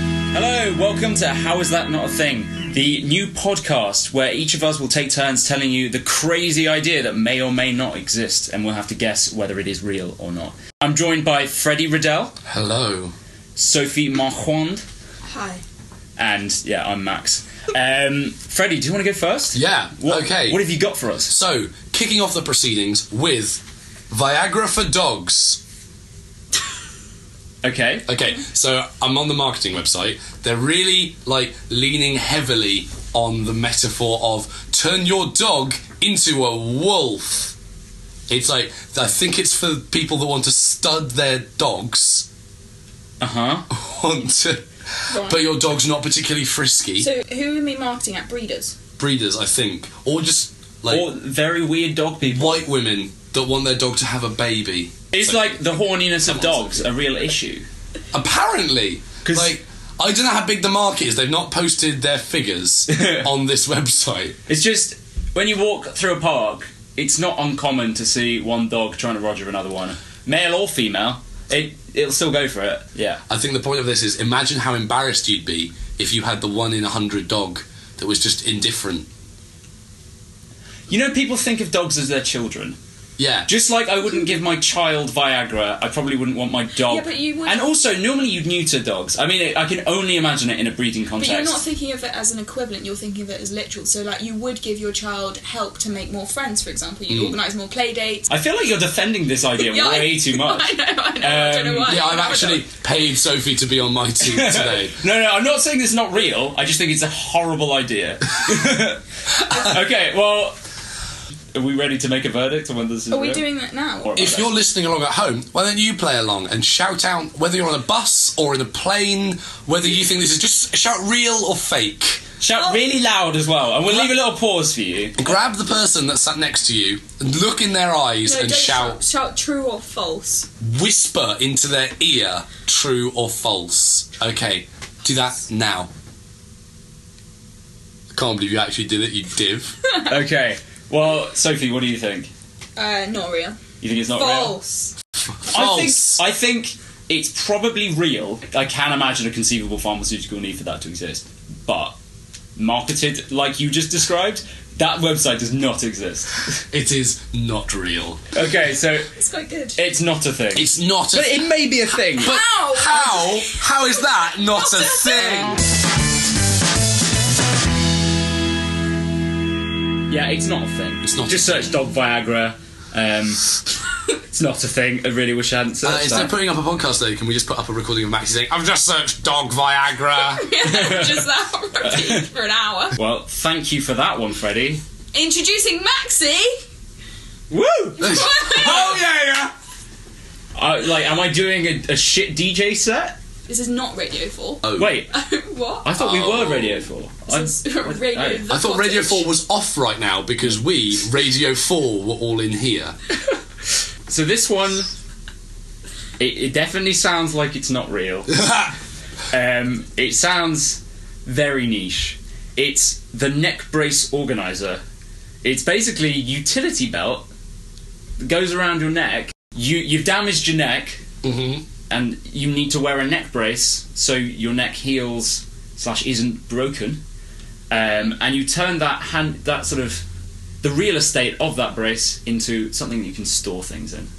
Hello, welcome to How Is That Not a Thing, the new podcast where each of us will take turns telling you the crazy idea that may or may not exist, and we'll have to guess whether it is real or not. I'm joined by Freddie Riddell, Hello. Sophie Marchand, Hi. and yeah, I'm Max. Um, Freddie, do you want to go first? Yeah. What, okay. What have you got for us? so, kicking off the proceedings with Viagra for dogs. Okay. Okay. So, I'm on the marketing website. They're really like leaning heavily on the metaphor of turn your dog into a wolf. It's like I think it's for people that want to stud their dogs. Uh huh. Want to, Right. but your dog's not particularly frisky. So who are we marketing at? Breeders. Breeders, I think, or just like Or very weird dog people. white women that want their dog to have a baby. It's like the horniness of Come on, dogs, a real issue. Apparently, 'Cause- like I don't know how big the market is. They've not posted their figures on this website. It's just when you walk through a park, it's not uncommon to see one dog trying to roger another one, male or female. It it'll still go for it. Yeah. I think the point of this is imagine how embarrassed you'd be if you had the one in a hundred dog that was just indifferent. You know, people think of dogs as their children. Yeah, Just like I wouldn't give my child Viagra, I probably wouldn't want my dog. Yeah, but you would- And also, normally you'd neuter dogs. I mean, it, I can only imagine it in a breeding But context. you're not thinking of it as an equivalent, you're thinking of it as literal. So, like, you would give your child help to make more friends, for example. You'd organise more play dates. I feel like you're defending this idea Yeah, I- Hmm. way too much. I know, I know. I don't Um, know why. yeah. I'm I've not a actually dog. paid Sophie to be on my team today. No, no, I'm not saying this is not real. I just think it's a horrible idea. okay, well, are we ready to make a verdict on when this is? Are we real? doing that now? Or- If you're listening along at home, why don't you play along and shout out whether you're on a bus or in a plane, whether you think this is just shout real or fake. Oh. Shout really loud as well, and we'll leave a little pause for you. Grab the person that sat next to you and look in their eyes No, and don't shout, shout. Shout true or false. whisper into their ear, true or false. Okay, do that now. I can't believe you actually did it, you div. Okay. Well, Sophie, what do you think? Uh, not real. You think it's not real? false. False. I think I think it's probably real. I can imagine a conceivable pharmaceutical need for that to exist, but marketed like you just described, that website does not exist. It is not real. okay, so It's quite good. it's not a thing. It's not a but it may be a thing. But How? how? How is that not a thing? Yeah, it's not a thing. It's not Just a thing. search dog Viagra. Um, it's not a thing. I really wish I hadn't Uh, searched instead of that. putting up a podcast though, can we just put up a recording of Maxie saying, I've just searched dog Viagra? Just that on repeat for an hour. well, thank you for that one, Freddie. Introducing Maxi. Woo! oh yeah, yeah! Uh, like, am I doing a, a shit DJ set? this is not Radio 4. Oh. Wait, what? I thought Oh. we were Radio 4. This is I'm- Radio oh. the I thought Radio Cottage. 4 was off right now because we, Radio 4, were all in here. So this one, it, it definitely sounds like it's not real. um, it sounds very niche. It's the neck brace organizer. It's basically a utility belt that goes around your neck. You you've damaged your neck, hmm and you need to wear a neck brace so your neck heals slash isn't broken. Um, and you turn that hand that sort of the real estate of that brace into something that you can store things in.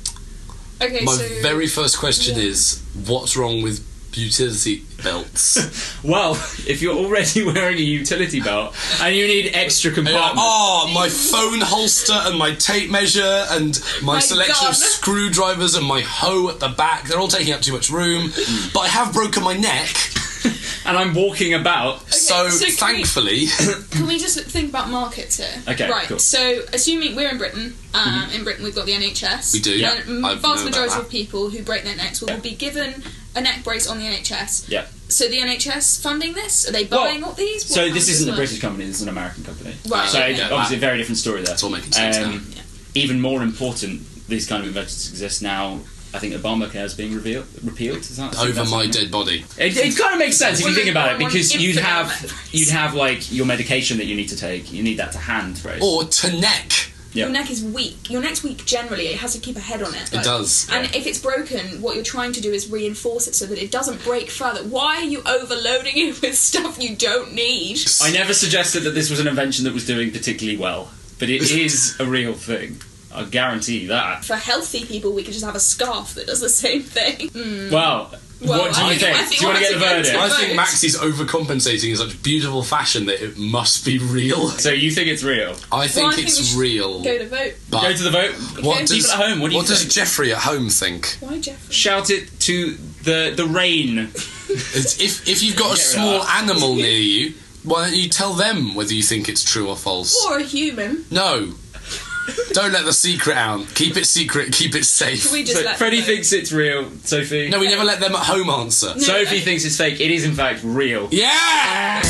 Okay, My so very first question Yeah. is what's wrong with utility belts? Well, if you're already wearing a utility belt and you need extra compartments, oh, my phone holster and my tape measure and my, My selection of gun. screwdrivers and my hoe at the back, they're all taking up too much room. But I have broken my neck, and I'm walking about, so, so can we- thankfully. Can we just think about markets here? Okay, Right. cool. Mm-hmm. So, assuming we're in Britain, um, in Britain we've got the NHS. We do, And yeah. The I've known vast about majority that. of people who break their necks will be given a neck brace on the NHS. yeah. So the NHS funding this? Are they Well, buying all these? What So how this does isn't a work? British company. This is an American company. Right, So okay. it's Yeah, obviously that- a very different story there. Um, It's all making sense now. Yeah. Even more important, these kind of investments exist now. I think Obamacare is being revealed, repealed. Is that Over that's- my dead body. It, it kind of makes sense if you Well, think they about it don't want because you'd infinite have amounts. Oh. you'd have like your medication that you need to take. You need that to hand brace. Or to neck. Yeah. your neck is weak. Your neck's weak generally. It has to keep a head on it. like- does, And if it's broken, what you're trying to do is reinforce it so that it doesn't break further. Why are you overloading it with stuff you don't need? I never suggested that this was an invention that was doing particularly well, but it is a real thing. I guarantee you that. For healthy people, we could just have a scarf that does the same thing. Well, Mm. Well, what do I you think? think- I think Do you want to that's get the a good verdict? I Right. think Max is overcompensating in such beautiful fashion that it must be real. So you think it's real? I think Well, I think we it's should real. Go to vote. but Go to the vote. what People does, at home, what do you does think? Jeffrey at home think? Why, Jeffrey? Shout it to the the rain. It's- if, if you've got Get rid of a small that. animal near you, why don't you tell them whether you think it's true or false? Or a human? No. Don't let the secret out. Keep it secret. Keep it Can safe. we just So let Freddie them thinks it's real. Sophie. No, we never let them at home answer. Sophie thinks it's fake. It is in fact real. Yeah.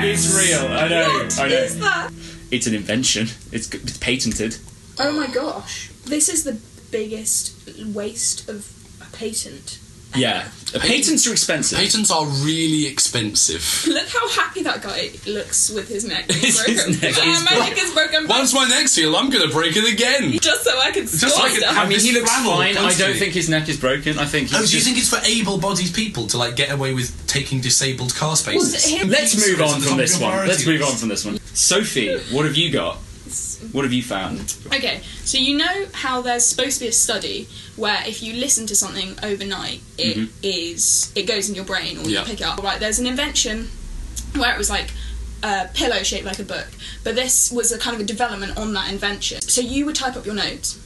It's real. I know. What I know. is that? It's an invention. It's, g- it's patented. Oh my gosh. This is the biggest waste of a patent. Yeah. Patents are expensive. Patents are really expensive. Look how happy that guy looks with his neck. being It's his broken. neck My is broken. neck is broken. but Once my neck's healed, I'm gonna break it again. Just so I can so score I can stuff. I mean, This he looks flannel fine. I don't constantly. think his neck is broken. I think. He's Oh, do you just- think it's for able-bodied people to like get away with taking disabled car spaces? here- Let's move on from this one. Let's move on From- from this one. Sophie, what have you got? What have you found? Okay, so you know how there's supposed to be a study where if you listen to something overnight, it is it goes in your brain or Yeah. you pick it up. Right, there's an invention where it was like a pillow shaped like a book, but this was a kind of a development on that invention. So you would type up your notes.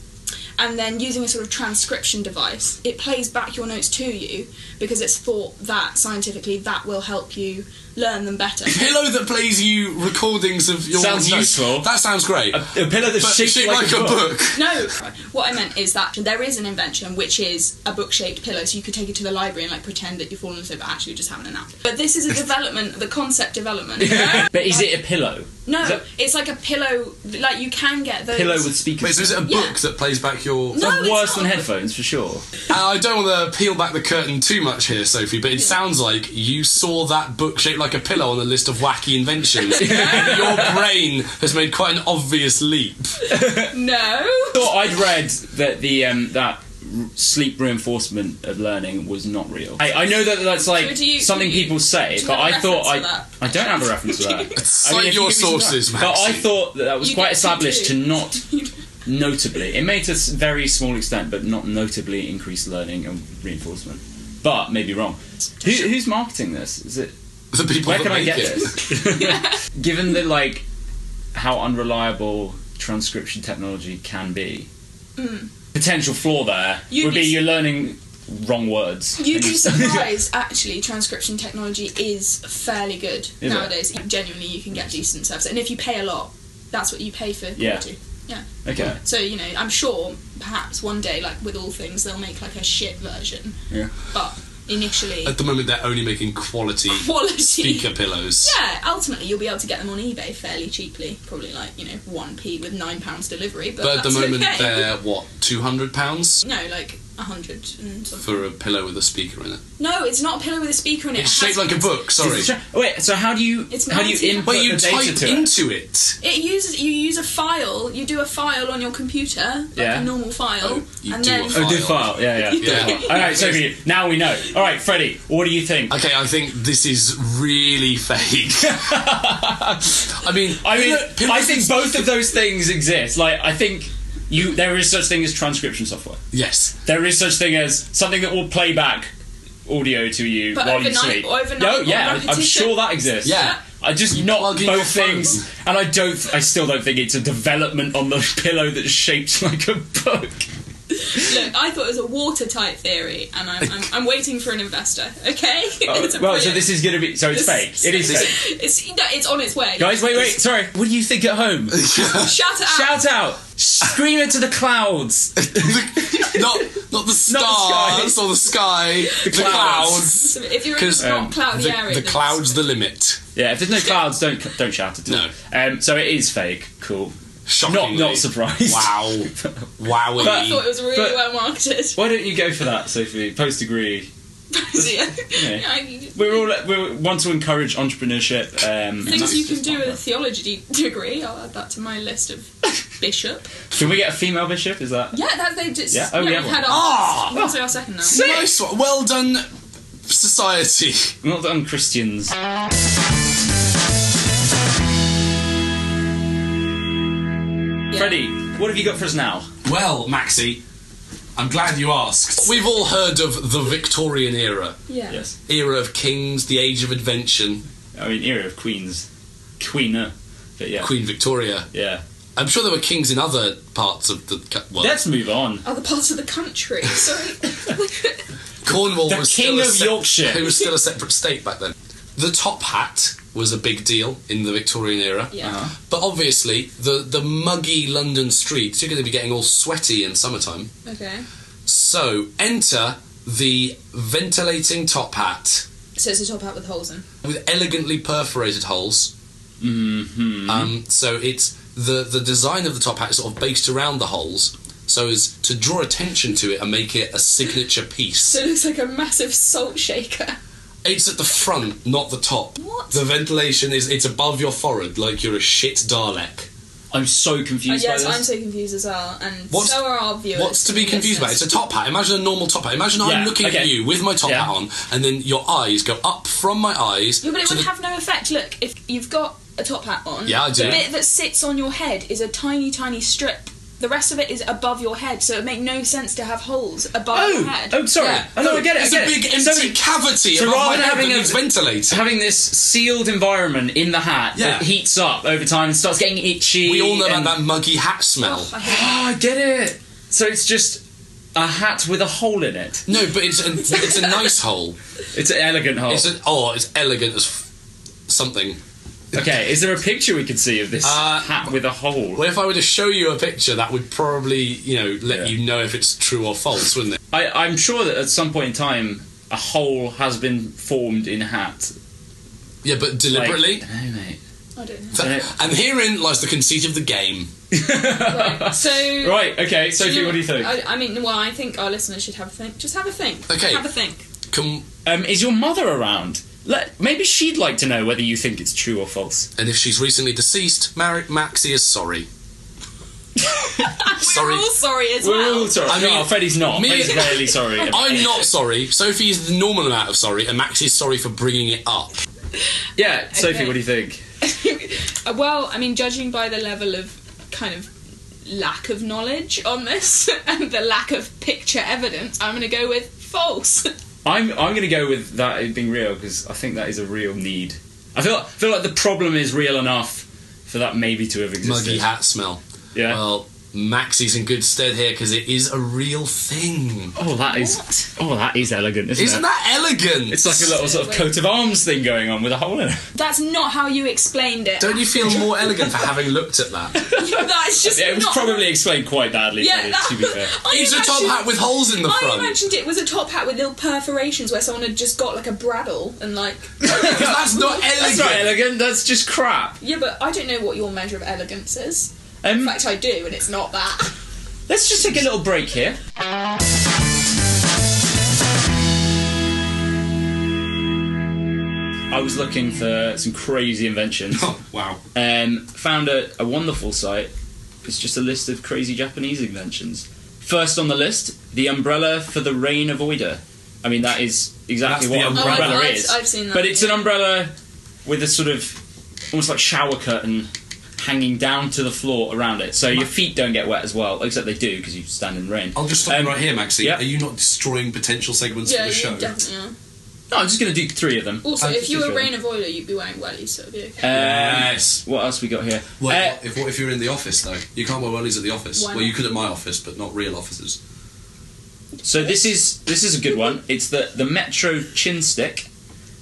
And then using a sort of transcription device, it plays back your notes to you because it's thought that scientifically that will help you learn them better. Pillow that plays you recordings of your Sounds notes. useful. That sounds great. A, a pillow that's but shaped, like, a book. No, what I meant is that there is an invention which is a book-shaped pillow, so you could take it to the library and like pretend that you've fallen asleep, but actually you're just having a nap. But this is a development, the concept development. But is it a pillow? no, Is that- it's like a pillow. Like you can get those. Pillow with speakers. Wait, so is it a book Yeah. that plays back your? No, it's Worse not. than headphones for sure. And I don't want to peel back the curtain too much here, Sophie, but it sounds like you saw that book shaped like a pillow on the list of wacky inventions. And your brain has made quite an obvious leap. No. thought I'd read that the um, that r- sleep reinforcement of learning was not real. I, I know that that's like So do you- something do you- people say, do you but have a I thought I reference for I don't have a reference to that. Cite I mean, if you your give me some sources, time- Max. But I thought that that was You quite get to established to do. not notably. It may to a s- very small extent, but not notably increase learning and reinforcement. But maybe wrong. Who, who's marketing this? Is it the people where that can I make get it. this? Given the like how unreliable transcription technology can be, Mm. potential flaw there You'd would be, be- you're learning wrong words. You'd And be you- surprised. Actually, transcription technology is fairly good it? nowadays. Genuinely, you can get decent service, and if you pay a lot, that's what you pay for Yeah. quality. yeah. okay. So you know, I'm sure perhaps one day, like with all things, they'll make like a shit version. Yeah. But initially, At the moment, they're only making quality quality. speaker pillows. Yeah, ultimately you'll be able to get them on eBay fairly cheaply, probably like you know one p with nine pounds delivery. But, But at the that's moment, okay. they're what two hundred pounds no, like a hundred and something. for a pillow with a speaker in it. No, it's not a pillow with a speaker in it. It's It shaped has- like a book. Sorry. Is it tra- Wait. So how do you It's how do you multi- input Wait, you the data type to it? into it. It uses you use a file. You do a file on your computer, like Yeah. a normal file, Oh, you and do then a Oh, do File. file. Yeah, yeah. Yeah. do file. All right, Sophie. Now we know. All right, Freddie. What do you think? Okay, I think this is really fake. I mean, I mean, pillow- pillows I think with- both of those things exist. Like, I think you there is such thing as transcription software. Yes. There is such thing as something that will play back audio to you But while you overnight- sleep. overnight no, on yeah, I- I'm repetition. sure that exists. Yeah. I just not plug in your both phone. things, and I don't. I still don't think it's a development on the pillow that's shaped like a book. Look, I thought it was a watertight theory, and I'm, I'm, I'm waiting for an investor. Okay. It's a Oh, well, so brilliant- this is gonna be. So it's This- fake. It is fake. It's, no, it's on its way. Guys, wait, wait. Sorry. What do you think at home? Shout it Ah. out. Shout out. Scream it to the clouds. not not the sky. stars or the sky, the, clouds. clouds. So if you're in Because um, a not cloudy the, area, the then- clouds the limit. Yeah. If there's no clouds, don't don't shout it. No. Um. So it is fake. Cool. Not Shockingly. not surprised. Wow. But- I thought it Wowie. was really But- well marketed. Why don't you go for that, Sophie? Post degree yeah. Yeah. I mean, We're all we want to encourage entrepreneurship. Um, things that's you can just do one with a word. theology de- degree. I'll add that to my list of bishop. Should we get a female bishop? Is that? Yeah, that they just Yeah? Oh, we have we've one. had our, Ah! that's our second now. Nice one. Well done, society. Not that I'm Christians. Yeah. Freddie, what have you got for us now? Well, Maxi, I'm glad you asked. We've all heard of the Victorian era. Yeah. Yes. Era of kings, the age of invention, I mean, era of queens, queener, but yeah, Queen Victoria. yeah. I'm sure there were kings in other parts of the cu- world. Let's move on. Other parts of the country. Sorry. Cornwall The was King still a of sep- Yorkshire. It was still a separate state back then. The top hat was a big deal in the Victorian era. Yeah. Uh-huh. But obviously, the, the muggy London streets, you're going to be getting all sweaty in summertime. okay. So enter the ventilating top hat So it's a top hat with holes in. with elegantly perforated holes. hmm Um, so it's the the design of the top hat is sort of based around the holes, so as to draw attention to it and make it a signature piece. So it looks like a massive salt shaker. It's at the front, not the top. What? The ventilation is it's above your forehead, like you're a shit Dalek. I'm so Uh, confused yes, by I'm this. so confused as well, and What's- so are our viewers. What's to be and confused about? It's a listeners. top hat. Imagine a normal top hat. Imagine Yeah, I'm looking at okay. you with my top Yeah. hat on, and then your eyes go up from my eyes. Yeah, but it to would the- have no effect. Look, if you've got a top hat on, Yeah, I do. the bit that sits on your head is a tiny, tiny strip. The rest of it is above your head, so it would make no sense to have holes above your oh, head. oh, sorry. Yeah. Oh, no, I get it. I It's get a big it. empty Sorry. cavity so above rather my than head having that a- needs ventilating. having this sealed environment in the hat Yeah. that heats up over time and starts getting itchy. We all know about and- that muggy hat smell. Oh, I hate that. Ah, I get it. So it's just a hat with a hole in it. No, but it's a, it's a nice hole. It's an elegant hole. It's an, oh, it's elegant as f- something. okay, is there a picture we could see of this Uh, hat with a hole? Well, if I were to show you a picture, that would probably you know let Yeah. you know if it's true or false, wouldn't it? I, I'm sure that at some point in time, a hole has been formed in a hat. Yeah, but Like- uh, deliberately. no, mate. I don't know. Th- and herein lies the conceit of the game. Right, So. Right, okay, Sophie, you know- what do you think? I, I mean, well, I think our listeners should have a think. Just have a think. Okay. Have a think. Come, Um, is your mother around? Let, maybe she'd like to know whether you think it's true or false. and if she's recently deceased, Mar- Maxie is sorry. We're sorry, all sorry as We're well. all sorry. I no, mean, Freddie's not. me- Freddie's barely sorry. I'm not sorry. Sophie is the normal amount of sorry, and Maxie is sorry for bringing it up. Yeah, Sophie, Okay. what do you think? Uh, well, I mean, judging by the level of kind of lack of knowledge on this and the lack of picture evidence, I'm going to go with false. I'm I'm going to go with that it being real because I think that is a real need. I feel I feel like the problem is real enough for that maybe to have existed. Muggy hat smell. Yeah. Well, Maxie's in good stead here because it is a real thing. Oh, that is What? oh that is elegant, isn't, Isn't it? that elegant? It's like a little sort of coat of arms thing going on with a hole in it. That's not how you explained it. Don't you feel more elegant for having looked at that? That's just Yeah, it was not- probably explained quite badly. Yeah, Freddie, that, to be fair. I It's a top imagined- hat with holes in the I front. imagined it was a top hat with little perforations where someone had just got like a bradle and like. 'Cause that's not elegant. That's not elegant. That's just crap. Yeah, but I don't know what your measure of elegance is. Um, In fact, I do, and it's not that. let's just take a little break here. I was looking for some crazy inventions. Oh, wow. um, found a, a wonderful site. It's just a list of crazy Japanese inventions. First on the list, the umbrella for the rain avoider. I mean, that is exactly That's what an the umbrella umbrella. Oh, I've- I've- is. I've seen that, But it's an yeah. umbrella with a sort of almost like shower curtain hanging down to the floor around it, so your feet don't get wet as well. Except they do because you stand in rain. I'll just stop Um, you right here, Maxie. yeah. Are you not destroying potential segments yeah, for you the show? definitely are. No, I'm just going to do three of them. Also, I if you just were read rain avoider, you'd be wearing wellies, so it'd be okay. Uh, Yes. what else we got here? Well, Uh, if, what if you're in the office, though? You can't wear wellies at the office. Why well, you not? could at my office, but not real offices. So this is this is a good one. It's the the Metro chin stick.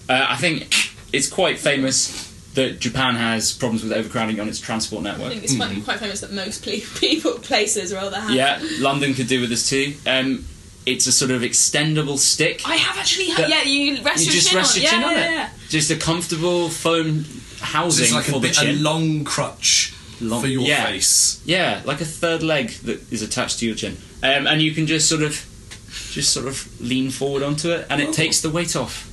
Uh, I think it's quite famous that Japan has problems with overcrowding on its transport I network. think it's quite, quite famous that most ple- people, places, rather have. Mm-hmm. Yeah, London could do with this too. Um, it's a sort of extendable stick. I have actually had. That- Yeah, you rest you your just chin rest on. your chin yeah, on yeah, it. yeah. Just a comfortable foam housing It's like for a, the bit, a chin. long crutch Long- for your yeah. face. yeah, like a third leg that is attached to your chin, um, and you can just sort of just sort of lean forward onto it, and it takes the weight off.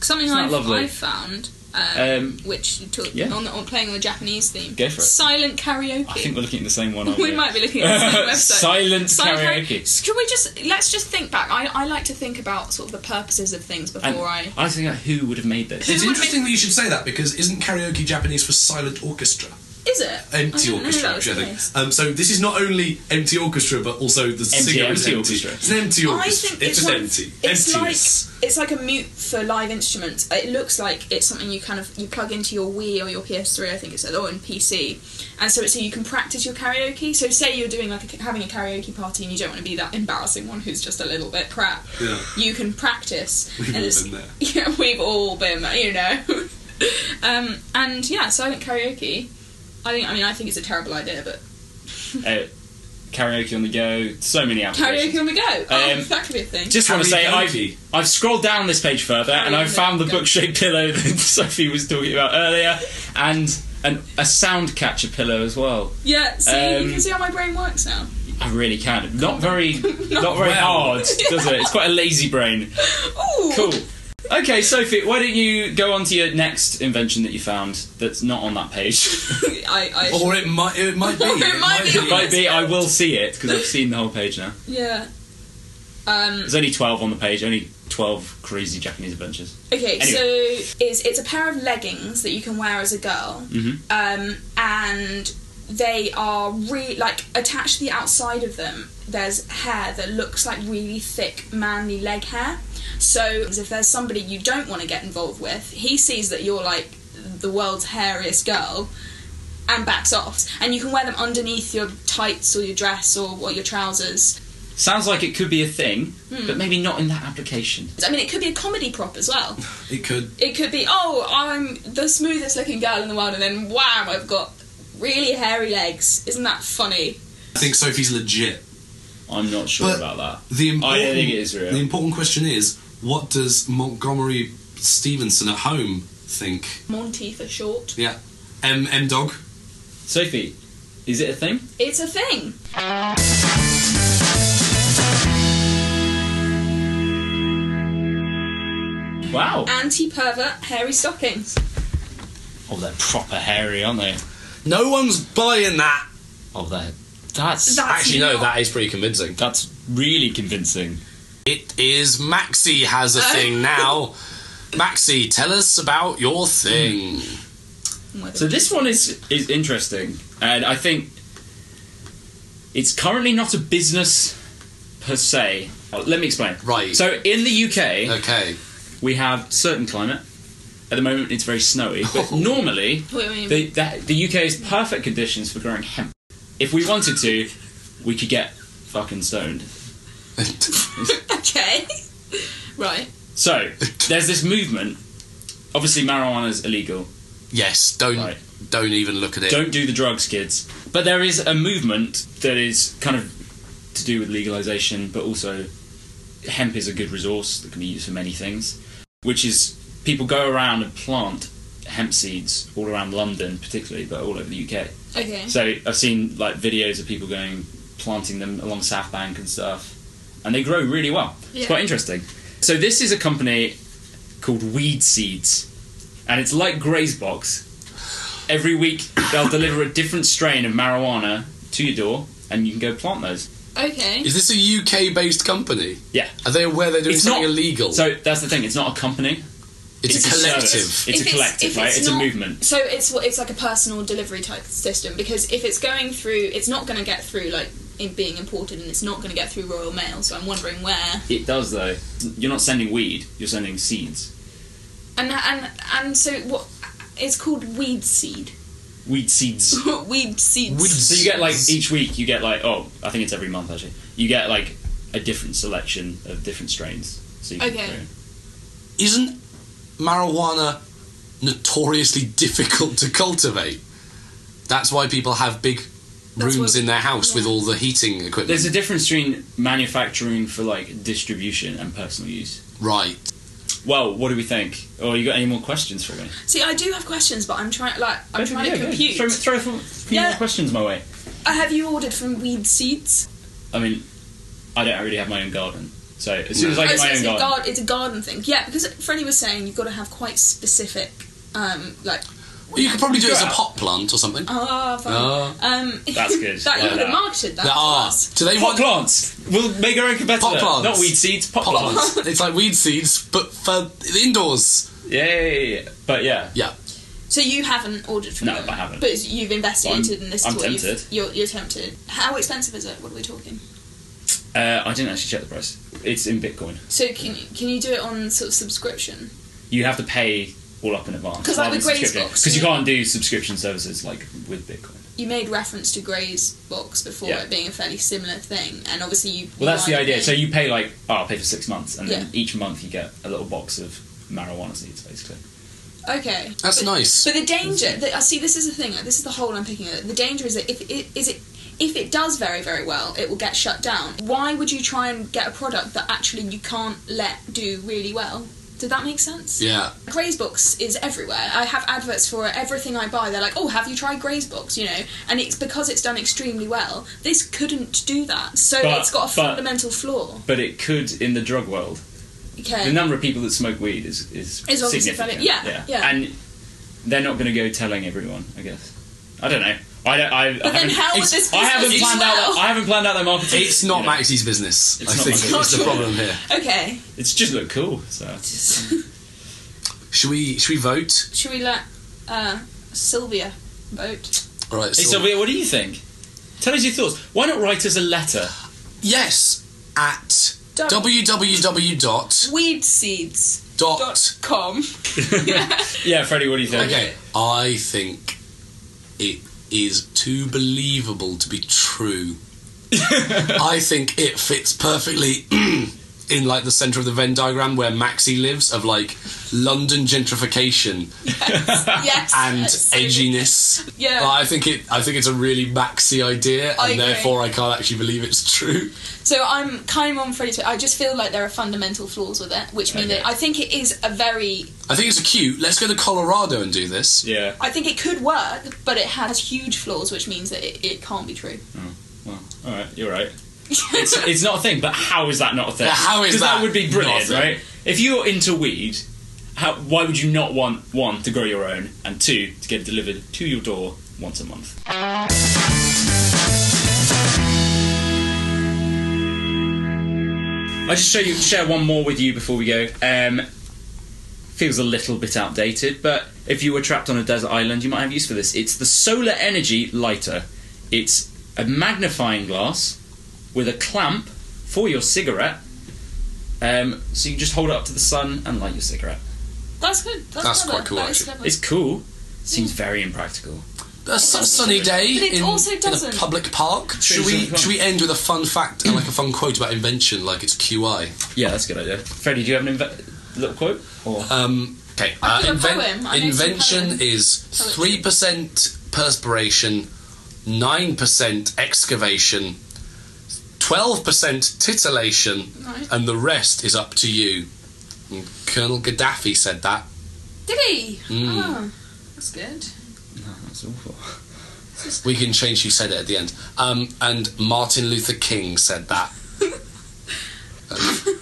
Something Isn't that I've, lovely? I've found, um, Um, which you took yeah. on, the, on playing on the Japanese theme, Go for it. silent karaoke. I think we're looking at the same one. aren't we might be looking at the same website. Silent Silent karaoke. karaoke. Can we just let's just think back? I, I like to think about sort of the purposes of things before And I. I was thinking, like, who would have made this? Who It's would interesting that you should say that because isn't karaoke Japanese for silent orchestra? Is it I Empty didn't know orchestra, that was actually, I the case. think. Um, so this is not only empty orchestra, but also the singer is empty empty. orchestra. It's an empty I orchestra. think it's it's, just like, empty. It's Emptiness. like it's like a mute for live instruments. It looks like it's something you kind of you plug into your Wii or your PS3, I think it's or in PC, and so it's so you can practice your karaoke. So say you're doing like a, having a karaoke party and you don't want to be that embarrassing one who's just a little bit crap. Yeah. You can practice. We've and all it's- been there. Yeah, we've all been there, you know. um, and yeah, silent karaoke. I think. I mean, I think it's a terrible idea, but Uh, karaoke on the go. So many applications. karaoke on the go. Oh, Um, that could be a thing. Just want to say, I've, Karaoke. I've scrolled down this page further and I've Karaoke. found the book shaped pillow that Sophie was talking about earlier and an, a sound catcher pillow as well. yeah. See, you um, can see how my brain works now. I really can. Not very, not very Well. hard, does it? It's quite a lazy brain. Ooh. Cool. Okay, Sophie, why don't you go on to your next invention that you found that's not on that page? I, I Or it might, it might be. Or it might be. It might be. I will see it because I've seen the whole page now. yeah. Um, There's only twelve on the page. Only twelve crazy Japanese adventures. okay, so is it's a pair of leggings that you can wear as a girl, um, and they are re like attached to the outside of them. There's hair that looks like really thick, manly leg hair. So if there's somebody you don't want to get involved with, he sees that you're like the world's hairiest girl, and backs off. And you can wear them underneath your tights or your dress or, or your trousers. Sounds like it could be a thing, but maybe not in that application. I mean, it could be a comedy prop as well. It could. it could be oh i'm the smoothest looking girl in the world and then wham i've got really hairy legs isn't that funny I think Sophie's legit. I'm not sure But- about that. The important, I don't think it is real. The important question is, what does Montgomery Stevenson at home think? monty for short Yeah. M M dog. Sophie, is it a thing? it's a thing Uh, Wow. anti-pervert hairy stockings Oh, they're proper hairy, aren't they? No one's buying that. Oh, they're. That's That- That's Actually, no. not- That is pretty convincing. that's really convincing. It is Maxi has a thing now. Maxi, tell us about your thing. Oh my God. So this one is is interesting, and I think it's currently not a business per se. Oh, Let me explain. Right. So in the UK, Okay. we have certain climate. At the moment, it's very snowy, but normally Wait, wait, the, the, the UK is perfect conditions for growing hemp. If we wanted to, we could get fucking stoned. okay right So there's this movement. Obviously, marijuana is illegal. yes. Don't Right. don't even look at it. Don't do the drugs, kids. But there is a movement that is kind of to do with legalization, but also hemp is a good resource that can be used for many things, which is people go around and plant hemp seeds all around London, particularly, but all over the UK. okay So I've seen like videos of people going planting them along South Bank and stuff, and they grow really well. It's Yeah. quite interesting. So this is a company called Weed Seeds, and it's like Grey's Box. Every week they'll deliver a different strain of marijuana to your door, and you can go plant those. okay Is this a UK based company? Yeah. Are they aware they're doing It's something not- illegal? So that's the thing. It's not a company. Oh. it's, a collective. service. It's If a collective, if right? It's, a not- movement. So it's what it's like a personal delivery type system because if it's going through, it's not going to get through like in being imported, and it's not going to get through Royal Mail. So I'm wondering where. It does though. You're not sending weed. You're sending seeds. And and and so what? It's called weed seed. Weed seeds. weed seeds. Weed- So you get like each week you get like oh I think it's every month actually you get like a different selection of different strains. So you can Okay. grow. Isn't marijuana notoriously difficult to cultivate? That's why people have big That's rooms what- in their house with all the heating equipment. There's a difference between manufacturing for like distribution and personal use. right. Well, what do we think? Or you got any more questions for me? See, I do have questions, but I'm trying like I'm Go for- trying yeah, to go. compute. Throw, throw a few- few Yeah. more questions my way. Uh, have you ordered from Weed Seeds? I mean, I don't really have my own garden, So as soon as I I get was my gonna own say garden, gar- Oh, it's a garden thing. Yeah, because Freddie was saying you've got to have quite specific, um, like Well, you could probably do it as a Yeah. pot plant or something. ah, fine. Ah. um, That's good. that you Like could have that. marketed that. There to are. us. Do they pot want plants. We'll make our own competitor. Pot plants. Not weed seeds, pot, pot plants. plants? it's like weed seeds, but for indoors. Yay! But yeah, Yeah. So you haven't ordered from No, them, I haven't. But you've investigated, I'm- and this I'm is what tempted. You've, you're, you're tempted. How expensive is it? What are we talking? uh, I didn't actually check the price. It's in Bitcoin. So can you, can you do it on sort of subscription? You have to pay all up in advance 'Cause like with Graze Box, because you yeah. can't do subscription services like with Bitcoin. You made reference to Grey's box before Yeah. it being a fairly similar thing, and obviously you. Well, that's the you idea. are- So you pay like, oh, I'll pay for six months, and then Yeah. each month you get a little box of marijuana seeds, basically. okay, That's But- nice. But the danger, that I see, this is the thing. This is the hole I'm picking. At. The danger is that if it is it. If it does very, very well, it will get shut down. Why would you try and get a product that actually you can't let do really well? Did that make sense? Yeah. Graze Box is everywhere. I have adverts for it. everything I buy. They're like, "Oh, have you tried Graze Box?" You know, and it's because it's done extremely well. This couldn't do that, so But- it's got a but- fundamental flaw. But it could in the drug world. Okay, The number of people that smoke weed is is Is obviously significant. fairly- yeah, yeah. and they're not going to go telling everyone. I guess. I don't know. I don't. I, I but then haven't- how would it's- this? I business haven't do planned out. well? I haven't planned out their marketing. It's not you know. Maxie's business. It's I not think Maxie's it's the business. problem here. okay. It's just look cool. So Should we should we vote? Should we let uh, Sylvia vote? All right. Hey so- Sylvia, what do you think? Tell us your thoughts. Why not write us a letter? Yes. At Dot- www.dot Weedseeds.com. Yeah, Freddie, what do you think? Okay, I think it is too believable to be true. I think it fits perfectly in like the center of the Venn diagram where Maxi lives of like London gentrification yes. and that's so- edginess. Yeah. Well, I think it I think it's a really Maxi idea and I agree. therefore I can't actually believe it's true. So I'm kind of on Freddie's. I just feel like there are fundamental flaws with it, which mean Okay. that I think it is a very I think it's cute. Let's go to Colorado and do this. Yeah. I think it could work, but it has huge flaws, which means that it, it can't be true. Well, all right. You're right. It's, it's not a thing, but how is that not a thing? Yeah, how is 'Cause that would be brilliant, not a thing? right? If you're into weed, how, why would you not want one to grow your own and two to get it delivered to your door once a month? I just show you share one more with you before we go. Um, feels a little bit outdated, but if you were trapped on a desert island, you might have use for this. It's the solar energy lighter. It's a magnifying glass with a clamp for your cigarette, um, so you can just hold it up to the sun and light your cigarette. That's good. That's, That's clever. quite cool, That is actually. clever. It's cool. Seems very impractical. A su- sunny day But it in, also in a doesn't. public park. Should we doesn't. should we end with a fun fact and like a fun quote about invention, like it's QI? Yeah, that's a good idea. Freddie, do you have an inve- little quote? Or Um, okay, I uh, did a inven- poem. I made some invention poems. is three percent perspiration, nine percent excavation, twelve percent titillation, Right. and the rest is up to you. And Colonel Gaddafi said that. Mm. Did he? Hmm. Oh, that's good. that's awful. We can change who said it at the end. Um, and Martin Luther King said that. Um,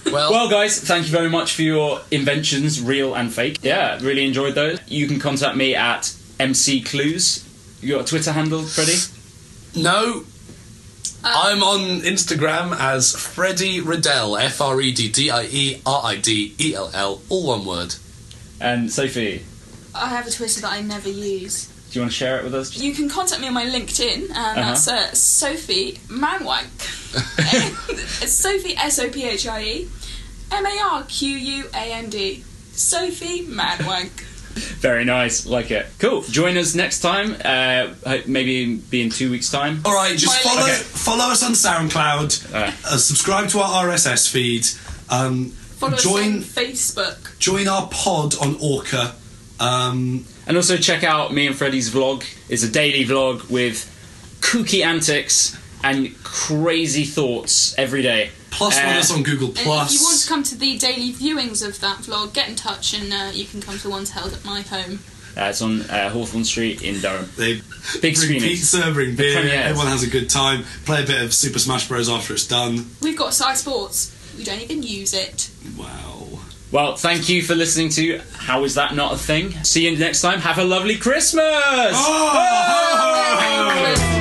well, Well, guys, thank you very much for your inventions, real and fake. Yeah, really enjoyed those. You can contact me at MC Clues. You got a Twitter handle, Freddie? No. Uh, I'm on Instagram as Freddy Riddell, F R E D D I E R I D E L L, all one word. And Sophie, do I have a Twitter that I never use. you want to share it with us? You can contact me on my LinkedIn, and Uh-huh. that's uh, Sophie Manwank. it's Sophie S O P H I E M A R Q U A N D. Sophie Manwank. Very nice, like it. Cool. Join us next time. Uh, hope- maybe be in two weeks' time. All right, just My- follow Okay. follow us on SoundCloud. Alright. Uh, subscribe to our RSS feed. Um, Follow join us on Facebook. join our pod on Orca. Um, And also check out me and Freddie's vlog. It's a daily vlog with kooky antics and crazy thoughts every day. plus, Uh, find us on Google And Plus. if Eh. you want to come to the daily viewings of that vlog, get in touch and uh, you can come to the ones held at my home. Uh, it's on uh, Hawthorne Street in Durham. they Big bring screening. pizza, bring beer. premieres. Everyone has a good time. Play a bit of Super Smash Bros. after it's done. We've got Sci Sports. We don't even use it. Wow. Well, thank you for listening to How Is That Not a Thing? See you next time. Have a lovely Christmas! Oh! Oh!